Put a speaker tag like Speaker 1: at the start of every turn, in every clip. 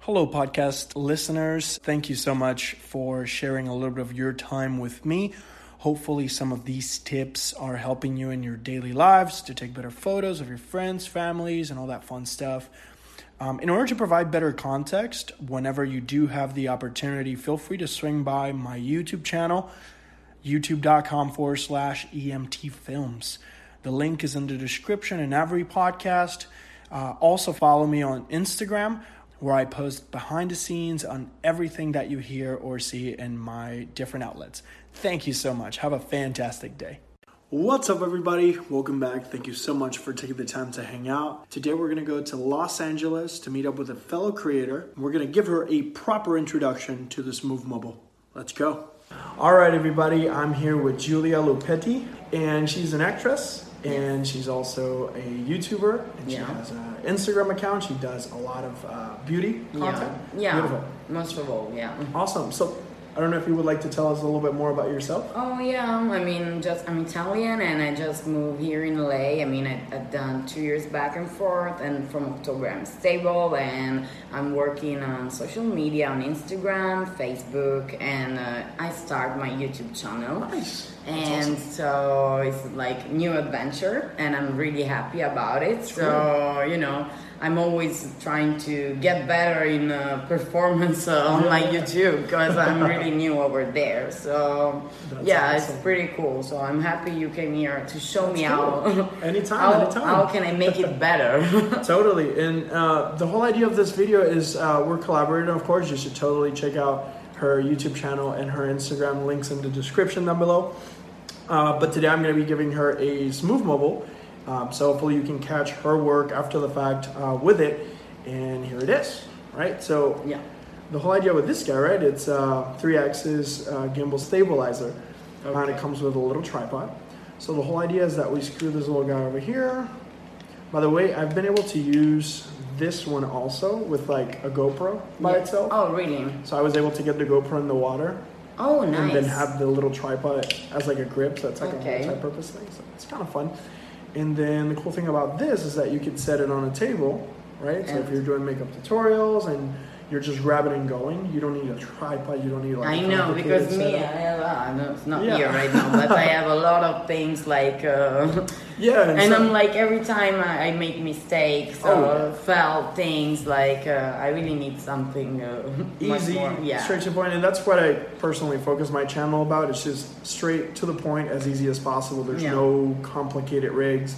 Speaker 1: Hello, podcast listeners. Thank you so much for sharing a little bit of your time with me. Hopefully, some of these tips are helping you in your daily lives to take better photos of your friends, families, and all that fun stuff. Um, in order to provide better context, whenever you do have the opportunity, feel free to swing by my YouTube channel, youtube.com forward slash EMT films. The link is in the description in every podcast. Uh, also, follow me on Instagram, where I post behind the scenes on everything that you hear or see in my different outlets. Thank you so much. Have a fantastic day. What's up, everybody? Welcome back. Thank you so much for taking the time to hang out. Today, we're going to go to Los Angeles to meet up with a fellow creator. We're going to give her a proper introduction to this Move Mobile. Let's go. All right, everybody. I'm here with Julia Lupetti, and she's an actress, and she's also a YouTuber, and she
Speaker 2: Yeah.
Speaker 1: has an Instagram account. She does a lot of uh, beauty content.
Speaker 2: Yeah. yeah.
Speaker 1: Beautiful.
Speaker 2: Most of all, yeah.
Speaker 1: Awesome. So, I don't know if you would like to tell us a little bit more about yourself.
Speaker 2: Oh yeah, I mean, just I'm Italian and I just moved here in LA. I mean, I, I've done two years back and forth, and from October I'm stable and I'm working on social media, on Instagram, Facebook, and uh, I start my YouTube channel.
Speaker 1: Nice. That's
Speaker 2: And so it's like new adventure, and I'm really happy about it. So you know, I'm always trying to get better in uh, performance uh, on my
Speaker 1: Yeah.
Speaker 2: YouTube because I'm really new over there. So
Speaker 1: That's
Speaker 2: yeah,
Speaker 1: awesome.
Speaker 2: it's pretty cool. So I'm happy you came here to show me
Speaker 1: cool.
Speaker 2: how
Speaker 1: Anytime,
Speaker 2: how,
Speaker 1: anytime.
Speaker 2: how can I make it better.
Speaker 1: Totally, and uh, the whole idea of this video is uh, we're collaborating. Of course, you should totally check out her YouTube channel and her Instagram links in the description down below. Uh, but today, I'm going to be giving her a smooth mobile, um, so hopefully you can catch her work after the fact uh, with it. And here it is, right? So
Speaker 2: yeah.
Speaker 1: the whole idea with this guy, right? It's uh, three axis uh, gimbal stabilizer, and it
Speaker 2: Okay.
Speaker 1: comes with a little tripod. So the whole idea is that we screw this little guy over here. By the way, I've been able to use this one also with like a GoPro by
Speaker 2: Yeah.
Speaker 1: itself.
Speaker 2: Oh really?
Speaker 1: So I was able to get the GoPro in the water
Speaker 2: Oh nice.
Speaker 1: and then have the little tripod as like a grip, so it's like
Speaker 2: Okay.
Speaker 1: a multi-purpose thing. So it's kind of fun. And then the cool thing about this is that you can set it on a table, right? So if
Speaker 2: And-
Speaker 1: you're doing makeup tutorials and you're just grabbing and going, you don't need a tripod. You don't need like.
Speaker 2: I
Speaker 1: a
Speaker 2: know because
Speaker 1: complicated
Speaker 2: me, I
Speaker 1: setup.
Speaker 2: have, uh, no, it's not
Speaker 1: Yeah.
Speaker 2: here right now, but I have a lot of things like, uh,
Speaker 1: Yeah,
Speaker 2: and
Speaker 1: so-
Speaker 2: I'm like every time I, I make mistakes or
Speaker 1: Oh, yeah.
Speaker 2: fell things like uh, I really need something uh, much
Speaker 1: easy,
Speaker 2: more- yeah.
Speaker 1: straight to the point, and that's what I personally focus my channel about. It's just straight to the point, as easy as possible. There's
Speaker 2: Yeah.
Speaker 1: no complicated rigs,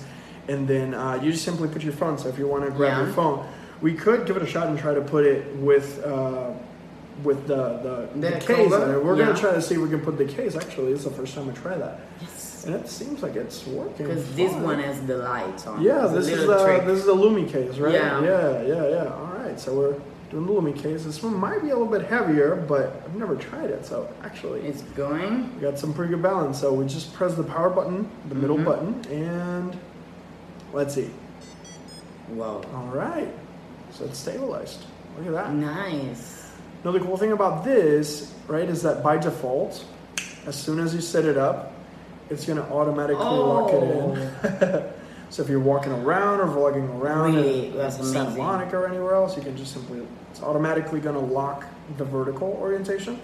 Speaker 1: and then uh, you just simply put your phone. So if you want to grab
Speaker 2: Yeah.
Speaker 1: your phone, we could give it a shot and try to put it with. Uh, with the, the,
Speaker 2: The
Speaker 1: case,
Speaker 2: cover?
Speaker 1: on it. we're
Speaker 2: Yeah.
Speaker 1: gonna try to see if we can put the case. Actually, it's the first time I try that,
Speaker 2: Yes,
Speaker 1: and it seems like it's working.
Speaker 2: because this
Speaker 1: fine.
Speaker 2: one has the light on.
Speaker 1: Yeah,
Speaker 2: It's a
Speaker 1: this is
Speaker 2: little
Speaker 1: uh,
Speaker 2: trick.
Speaker 1: this is the Lumi case, right?
Speaker 2: Yeah.
Speaker 1: yeah, yeah, yeah. All right, so we're doing the Lumi case. This one might be a little bit heavier, but I've never tried it, so actually
Speaker 2: It's going.
Speaker 1: we got some pretty good balance. So we just press the power button, the middle
Speaker 2: Mhm.
Speaker 1: button, and let's see.
Speaker 2: Wow.
Speaker 1: All right, so it's stabilized. Look at that.
Speaker 2: Nice.
Speaker 1: Now the cool thing about this, right, is that by default, as soon as you set it up, it's gonna automatically lock it
Speaker 2: Oh.
Speaker 1: in. so if you're walking around or vlogging around
Speaker 2: Really?
Speaker 1: in
Speaker 2: That's
Speaker 1: Santa
Speaker 2: amazing.
Speaker 1: Monica or anywhere else, you can just simply it's automatically gonna lock the vertical orientation.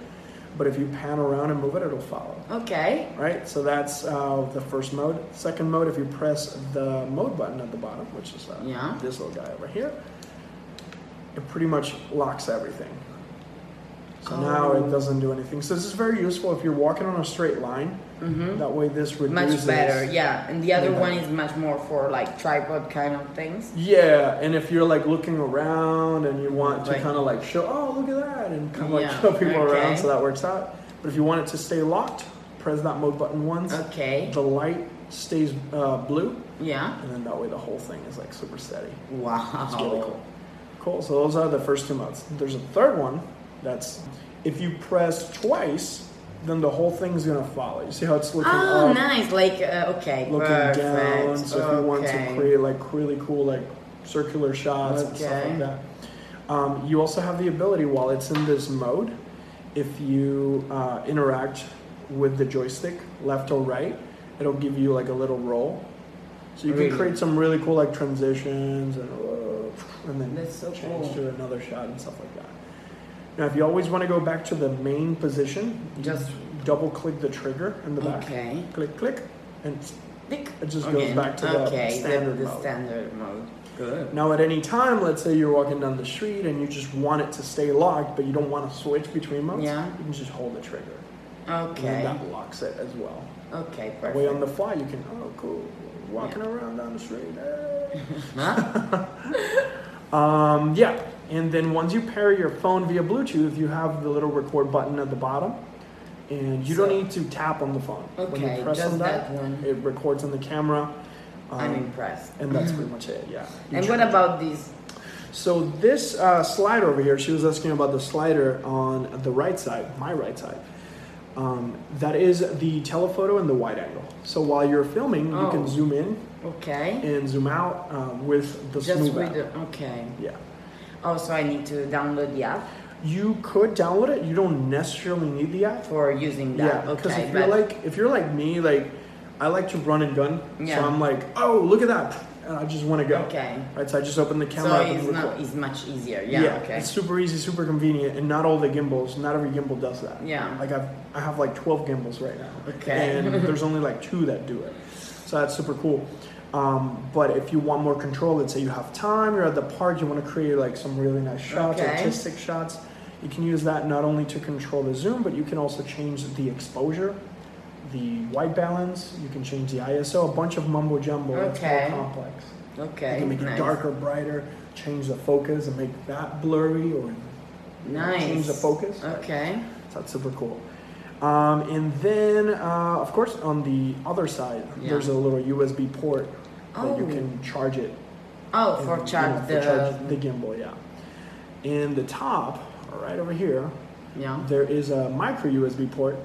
Speaker 1: But if you pan around and move it, it'll follow.
Speaker 2: Okay.
Speaker 1: Right, so that's uh, the first mode. Second mode, if you press the mode button at the bottom, which is uh,
Speaker 2: Yeah.
Speaker 1: this little guy over here, it pretty much locks everything. So now
Speaker 2: Oh.
Speaker 1: it doesn't do anything. So this is very useful if you're walking on a straight line.
Speaker 2: Mm-hmm.
Speaker 1: That way, this reduces.
Speaker 2: Much better, yeah. And the other
Speaker 1: Yeah.
Speaker 2: one is much more for like tripod kind of things.
Speaker 1: Yeah, and if you're like looking around and you want to
Speaker 2: Right.
Speaker 1: kind of like show, oh look at that, and kind of like
Speaker 2: Yeah,
Speaker 1: show people around,
Speaker 2: okay.
Speaker 1: so that works out. But if you want it to stay locked, press that mode button once.
Speaker 2: Okay.
Speaker 1: The light stays uh, blue.
Speaker 2: Yeah.
Speaker 1: And then that way the whole thing is like super steady.
Speaker 2: Wow.
Speaker 1: It's really cool. Cool. So those are the first two modes. There's a third one that's if you press twice, then the whole thing's gonna follow. You see how it's looking
Speaker 2: Oh,
Speaker 1: up,
Speaker 2: nice. Like, uh, okay.
Speaker 1: looking
Speaker 2: perfect.
Speaker 1: down. So if you want to
Speaker 2: Okay.
Speaker 1: create like really cool like circular shots and stuff like
Speaker 2: Okay.
Speaker 1: that. Um, you also have the ability while it's in this mode, if you uh, interact with the joystick left or right, it'll give you like a little roll. So you
Speaker 2: Really?
Speaker 1: can create some really cool like transitions and uh, and then
Speaker 2: That's so
Speaker 1: change
Speaker 2: cool.
Speaker 1: to another shot and stuff like that. Now, if you always want to go back to the main position, you
Speaker 2: Just-
Speaker 1: double click the trigger in the back.
Speaker 2: Okay.
Speaker 1: Click, click, and
Speaker 2: Dick.
Speaker 1: It just goes
Speaker 2: Again.
Speaker 1: back to the
Speaker 2: okay,
Speaker 1: standard
Speaker 2: the, the
Speaker 1: mode.
Speaker 2: standard mode. Good.
Speaker 1: Now, at any time, let's say you're walking down the street and you just want it to stay locked, but you don't want to switch between modes.
Speaker 2: Yeah.
Speaker 1: You can just hold the trigger, and then
Speaker 2: Okay.
Speaker 1: that locks it as well.
Speaker 2: Okay,
Speaker 1: That Way on
Speaker 2: perfect.
Speaker 1: the fly, you can oh cool, walking around down the street. eh.
Speaker 2: Huh?
Speaker 1: um, yeah, and then once you pair your phone via Bluetooth, you have the little record button at the bottom, and you
Speaker 2: So-
Speaker 1: don't need to tap on the phone. when
Speaker 2: Okay,
Speaker 1: you press
Speaker 2: just
Speaker 1: on that,
Speaker 2: that one.
Speaker 1: it records on the camera. Um,
Speaker 2: I'm impressed.
Speaker 1: and that's pretty much it. Yeah. You
Speaker 2: And
Speaker 1: tr-
Speaker 2: what about these?
Speaker 1: So this uh, slide over here, she was asking about the slider on the right side, my right side. Um, that is the telephoto and the wide angle. So while you're filming, you
Speaker 2: Oh.
Speaker 1: can zoom in
Speaker 2: Okay.
Speaker 1: and zoom out uh, with the
Speaker 2: Just
Speaker 1: Snoop
Speaker 2: with
Speaker 1: app.
Speaker 2: the, okay.
Speaker 1: Yeah.
Speaker 2: Oh, so I need to download the app
Speaker 1: You could download it. You don't necessarily need the app.
Speaker 2: for using that.
Speaker 1: yeah, because
Speaker 2: okay,
Speaker 1: if you're
Speaker 2: but
Speaker 1: like if you're like me, like I like to run and gun.
Speaker 2: Yeah.
Speaker 1: So I'm like, oh look at that, and I just want to go.
Speaker 2: okay.
Speaker 1: Right. So I just open the camera
Speaker 2: So
Speaker 1: up and
Speaker 2: it's
Speaker 1: record.
Speaker 2: not it's much easier. Yeah. okay.
Speaker 1: It's super easy, super convenient, and not all the gimbals, not every gimbal does that.
Speaker 2: Yeah.
Speaker 1: Like I've, I have like 12 gimbals right now.
Speaker 2: Okay.
Speaker 1: And there's only like two that do it. So that's super cool. Um, but if you want more control, let's say you have time, you're at the park, you want to create like some really nice shots,
Speaker 2: Okay.
Speaker 1: artistic shots, you can use that not only to control the zoom, but you can also change the exposure, the white balance, you can change the ISO, a bunch of mumbo jumbo. It's more
Speaker 2: Okay.
Speaker 1: complex. You
Speaker 2: okay.
Speaker 1: can make
Speaker 2: nice.
Speaker 1: it darker, brighter, change the focus and make that blurry or
Speaker 2: Nice.
Speaker 1: change the focus.
Speaker 2: Okay.
Speaker 1: So that's super cool. Um, and then, uh, of course, on the other side,
Speaker 2: Yeah.
Speaker 1: there's a little USB port that you
Speaker 2: Oh.
Speaker 1: can charge it.
Speaker 2: Oh,
Speaker 1: and,
Speaker 2: for
Speaker 1: you know,
Speaker 2: charge
Speaker 1: for charge the
Speaker 2: the
Speaker 1: gimbal, yeah. And the top, right over here,
Speaker 2: yeah.
Speaker 1: there is a micro USB port.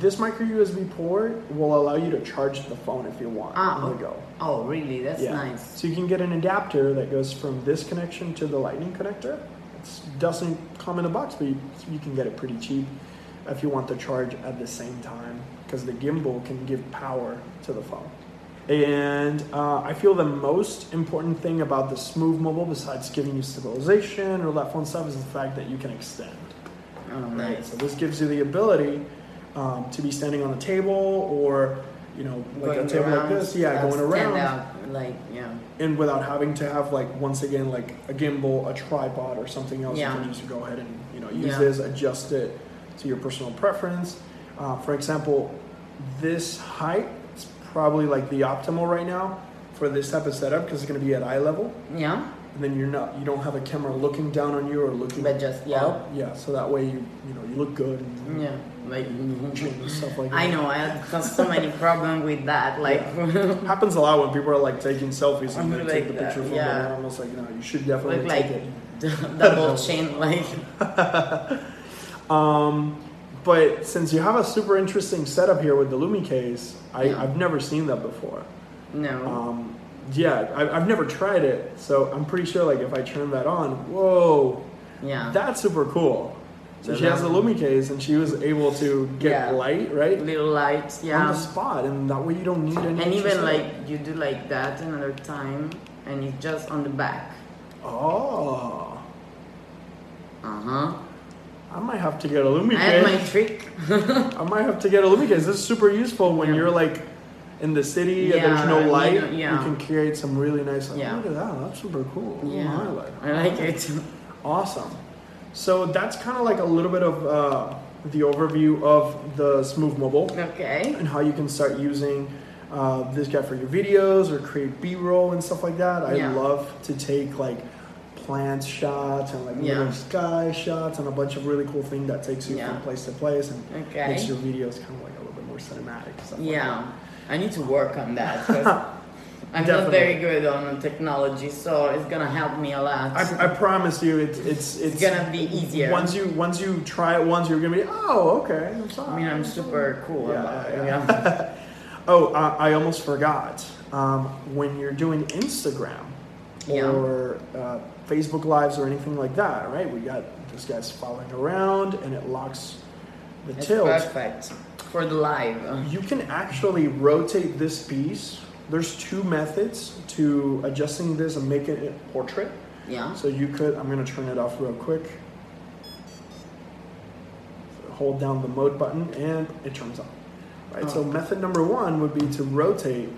Speaker 1: This micro USB port will allow you to charge the phone if you want
Speaker 2: Ah,
Speaker 1: on the
Speaker 2: okay.
Speaker 1: go.
Speaker 2: Oh, really? That's nice.
Speaker 1: So you can get an adapter that goes from this connection to the lightning connector. It doesn't come in a box, but you, you can get it pretty cheap if you want the charge at the same time because the gimbal can give power to the phone. And uh, I feel the most important thing about the Smooth Mobile, besides giving you stabilization or that fun stuff, is the fact that you can extend.
Speaker 2: Oh,
Speaker 1: Right.
Speaker 2: nice.
Speaker 1: So this gives you the ability um, to be standing on a table or you know like a table like this, yeah,
Speaker 2: uh,
Speaker 1: going
Speaker 2: stand
Speaker 1: around
Speaker 2: out, like yeah.
Speaker 1: and without having to have like once again like a gimbal, a tripod, or something else,
Speaker 2: Yeah.
Speaker 1: you can just go ahead and you know use
Speaker 2: Yeah.
Speaker 1: this, adjust it to your personal preference. Uh, for example, this height is probably like the optimal right now for this type of setup because it's going to be at eye level,
Speaker 2: Yeah.
Speaker 1: and then you're not you don't have a camera looking down on you or looking
Speaker 2: But just yeah.
Speaker 1: up. Yeah, so that way you you know you look good and
Speaker 2: Yeah. Like
Speaker 1: and stuff like that.
Speaker 2: I know I have got so many problems with that. Like
Speaker 1: Happens a lot when people are like taking selfies and
Speaker 2: I'm
Speaker 1: they take
Speaker 2: like
Speaker 1: the
Speaker 2: that,
Speaker 1: picture from
Speaker 2: yeah.
Speaker 1: them. and I'm almost like, no, you should definitely
Speaker 2: look
Speaker 1: take
Speaker 2: like
Speaker 1: it.
Speaker 2: d- double chin. Like
Speaker 1: Um, but since you have a super interesting setup here with the Lumi case, I,
Speaker 2: Yeah.
Speaker 1: I've never seen that before.
Speaker 2: no.
Speaker 1: Um, yeah, I, I've never tried it, so I'm pretty sure like if I turn that on, whoa,
Speaker 2: yeah.
Speaker 1: that's super cool. So she has the Lumi case, and she was able to get
Speaker 2: Yeah.
Speaker 1: light right
Speaker 2: Little lights.
Speaker 1: on the
Speaker 2: Yeah.
Speaker 1: spot, and that way you don't need any.
Speaker 2: And
Speaker 1: extra
Speaker 2: even like
Speaker 1: setup.
Speaker 2: you do like that another time, and it's just on the back.
Speaker 1: oh,
Speaker 2: Uh huh.
Speaker 1: I might have to get a Lumi
Speaker 2: I
Speaker 1: case.
Speaker 2: have my trick.
Speaker 1: I might have to get a Lumi case. This is super useful when
Speaker 2: Yeah.
Speaker 1: you're like in the city and
Speaker 2: Yeah,
Speaker 1: there's no
Speaker 2: you
Speaker 1: light.
Speaker 2: know- yeah.
Speaker 1: You can create some really nice. Like,
Speaker 2: Yeah.
Speaker 1: Look at that. That's super cool. Little
Speaker 2: Yeah,
Speaker 1: highlight.
Speaker 2: Oh, I like it.
Speaker 1: Awesome. So that's kind of like a little bit of uh, the overview of the Smooth Mobile
Speaker 2: Okay.
Speaker 1: and how you can start using uh, this guy for your videos or create B-roll and stuff like that. I
Speaker 2: Yeah.
Speaker 1: love to take like plant shots and like
Speaker 2: Yeah.
Speaker 1: little sky shots and a bunch of really cool things that takes you
Speaker 2: Yeah.
Speaker 1: from place to place and
Speaker 2: Okay.
Speaker 1: makes your videos kind of like a little bit more cinematic. Stuff like
Speaker 2: Yeah, I need to work on that. 'cause I'm not
Speaker 1: Definitely.
Speaker 2: very good on technology, so it's gonna help me a lot.
Speaker 1: that. I, I promise you, it's it's
Speaker 2: it's gonna be easier.
Speaker 1: Once you once you try it once, you're gonna be oh okay. I'm sorry.
Speaker 2: I mean, I'm super cool
Speaker 1: Yeah,
Speaker 2: about
Speaker 1: yeah,
Speaker 2: it.
Speaker 1: yeah.
Speaker 2: Yeah.
Speaker 1: Oh, uh, I almost forgot. Um, when you're doing Instagram
Speaker 2: Yeah.
Speaker 1: or uh, Facebook Lives or anything like that, right? We got this guy's following around and it locks the
Speaker 2: It's
Speaker 1: tilt.
Speaker 2: perfect for the live.
Speaker 1: You can actually rotate this piece. There's two methods to adjusting this and making it a portrait.
Speaker 2: Yeah.
Speaker 1: So you could, I'm going to turn it off real quick. Hold down the mode button and it turns on. Right.
Speaker 2: Oh.
Speaker 1: So method number one would be to rotate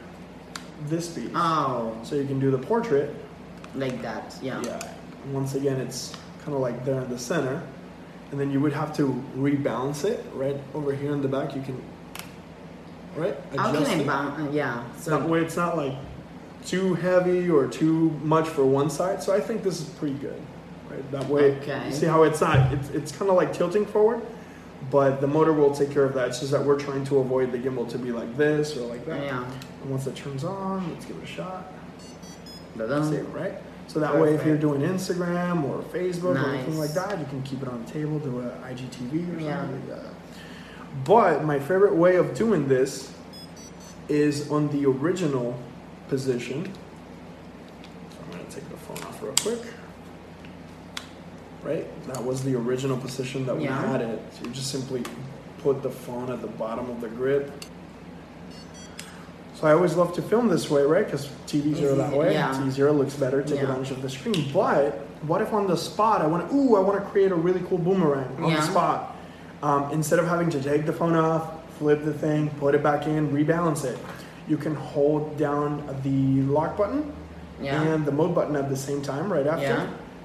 Speaker 1: this piece.
Speaker 2: Oh,
Speaker 1: So you can do the portrait.
Speaker 2: like that. Yeah.
Speaker 1: Yeah. Once again, it's kind of like there in the center. And then you would have to rebalance it right over here in the back. You can, right?
Speaker 2: How can I
Speaker 1: it.
Speaker 2: bounce? Yeah.
Speaker 1: That
Speaker 2: So
Speaker 1: way it's not like too heavy or too much for one side. So I think this is pretty good. Right? That way,
Speaker 2: Okay.
Speaker 1: you see how it's not, it's, it's kind of like tilting forward, but the motor will take care of that. It's just that we're trying to avoid the gimbal to be like this or like that.
Speaker 2: yeah.
Speaker 1: And once it turns on, let's give it a shot.
Speaker 2: Da-dum.
Speaker 1: Save, right? So that way, if you're doing Instagram or Facebook or anything like
Speaker 2: Nice.
Speaker 1: that, you can keep it on the table, do a IGTV or
Speaker 2: Yeah.
Speaker 1: something like that. But my favorite way of doing this is on the original position. So I'm gonna take the phone off real quick. Right? That was the original position that we
Speaker 2: Yeah.
Speaker 1: had it. So you just simply put the phone at the bottom of the grip. So I always love to film this way, right? Because TVs are
Speaker 2: It's
Speaker 1: that
Speaker 2: easy-
Speaker 1: way.
Speaker 2: Mm-hmm. yeah.
Speaker 1: It's easier, looks better, take
Speaker 2: Yeah.
Speaker 1: advantage of the screen. But what if on the spot I want to, ooh, I want to create a really cool boomerang on the
Speaker 2: Yeah.
Speaker 1: spot. Um, instead of having to take the phone off, flip the thing, put it back in, rebalance it, you can hold down the lock button
Speaker 2: Yeah.
Speaker 1: and the mode button at the same time right after.
Speaker 2: Yeah.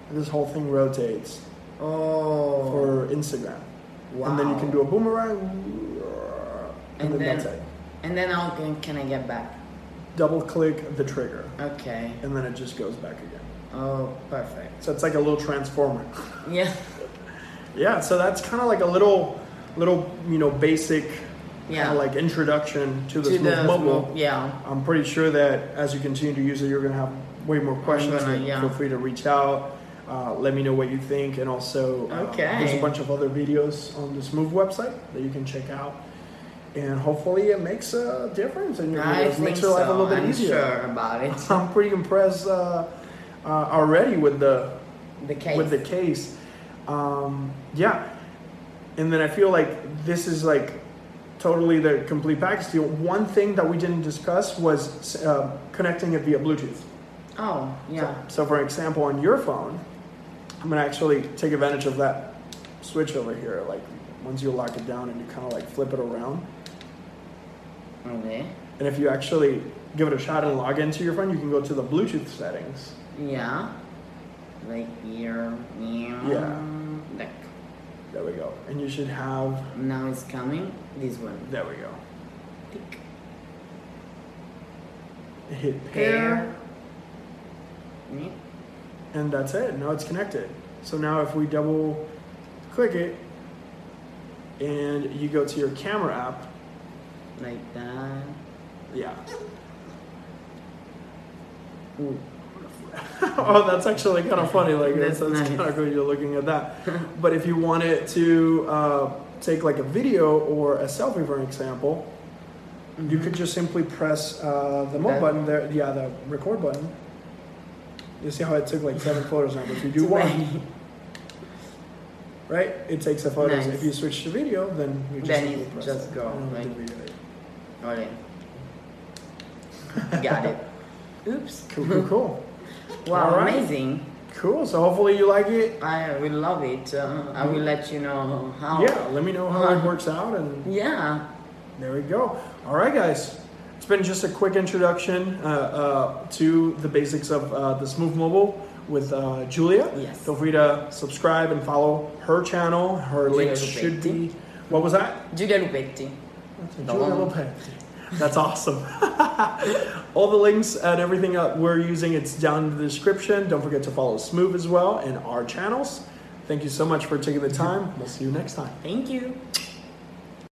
Speaker 1: And this whole thing rotates
Speaker 2: Oh.
Speaker 1: for Instagram.
Speaker 2: wow.
Speaker 1: And then you can do a boomerang. And,
Speaker 2: And
Speaker 1: then,
Speaker 2: then-
Speaker 1: that's it.
Speaker 2: And then how can, can I get back?
Speaker 1: Double click the trigger.
Speaker 2: Okay.
Speaker 1: And then it just goes back again.
Speaker 2: Oh, perfect.
Speaker 1: So it's like a little transformer.
Speaker 2: Yeah.
Speaker 1: Yeah, so that's kind of like a little, little you know, basic,
Speaker 2: Yeah.
Speaker 1: kind of like introduction to the
Speaker 2: To
Speaker 1: Smooth
Speaker 2: the
Speaker 1: Mobile.
Speaker 2: smoke- Yeah.
Speaker 1: I'm pretty sure that as you continue to use it, you're gonna have way more questions.
Speaker 2: gonna-
Speaker 1: so
Speaker 2: yeah.
Speaker 1: Feel free to reach out. Uh, let me know what you think, and also uh,
Speaker 2: Okay.
Speaker 1: there's a bunch of other videos on this Move website that you can check out. And hopefully, it makes a difference in your
Speaker 2: I
Speaker 1: videos.
Speaker 2: think
Speaker 1: makes your life
Speaker 2: so.
Speaker 1: a little bit
Speaker 2: I'm
Speaker 1: easier.
Speaker 2: sure about it.
Speaker 1: I'm pretty impressed uh, uh, already with the
Speaker 2: The case.
Speaker 1: with the case. Um, yeah. And then I feel like this is like totally the complete package deal. One thing that we didn't discuss was uh, connecting it via Bluetooth.
Speaker 2: oh, yeah.
Speaker 1: So, so for example, on your phone, I'm gonna actually take advantage of that switch over here. Like once you lock it down and you kind of like flip it around,
Speaker 2: Okay.
Speaker 1: and if you actually give it a shot and log into your phone, you can go to the Bluetooth settings.
Speaker 2: Yeah. Like here. Yeah.
Speaker 1: Yeah.
Speaker 2: Like
Speaker 1: There we go. And you should have.
Speaker 2: now it's coming. This one.
Speaker 1: There we go.
Speaker 2: Tick.
Speaker 1: Hit pair.
Speaker 2: Pair. Yeah.
Speaker 1: and that's it. Now it's connected. So now if we double click it and you go to your camera app,
Speaker 2: Like that.
Speaker 1: yeah.
Speaker 2: Ooh.
Speaker 1: oh, that's actually kind of funny. Like that's,
Speaker 2: That's
Speaker 1: that's
Speaker 2: nice.
Speaker 1: kind of cool. You're looking at that. but if you wanted to uh, take like a video or a selfie, for example, you
Speaker 2: Mm-hmm.
Speaker 1: could just simply press uh, the mode
Speaker 2: That-
Speaker 1: button there. Yeah, the record button. You see how it took like seven photos now. But if you do
Speaker 2: Too
Speaker 1: one,
Speaker 2: many.
Speaker 1: right? It takes the photos.
Speaker 2: Nice.
Speaker 1: If you switch to video, then you just,
Speaker 2: Then
Speaker 1: simply
Speaker 2: you
Speaker 1: press
Speaker 2: just
Speaker 1: it.
Speaker 2: go,
Speaker 1: And
Speaker 2: right?
Speaker 1: it'll do it.
Speaker 2: Okay. Got it. Oops.
Speaker 1: Cool, cool, cool.
Speaker 2: Wow,
Speaker 1: All right.
Speaker 2: amazing.
Speaker 1: cool. So hopefully you like it.
Speaker 2: I will love it. Uh, I will let you know how.
Speaker 1: Yeah, let me know how
Speaker 2: Uh-huh.
Speaker 1: it works out, and
Speaker 2: Yeah.
Speaker 1: there we go. All right, guys. It's been just a quick introduction uh, uh, to the basics of uh, the Smooth Mobile with uh, Julia.
Speaker 2: Yes.
Speaker 1: Feel free to subscribe and follow her channel. Her
Speaker 2: Julia
Speaker 1: links should
Speaker 2: Lupetti.
Speaker 1: be. What was that?
Speaker 2: Giulia Lupetti.
Speaker 1: That's
Speaker 2: Julia
Speaker 1: That's awesome. All the links and everything that we're using, it's down in the description. Don't forget to follow Smooth as well and our channels. Thank you so much for taking the time. We'll see you next time.
Speaker 2: Thank you.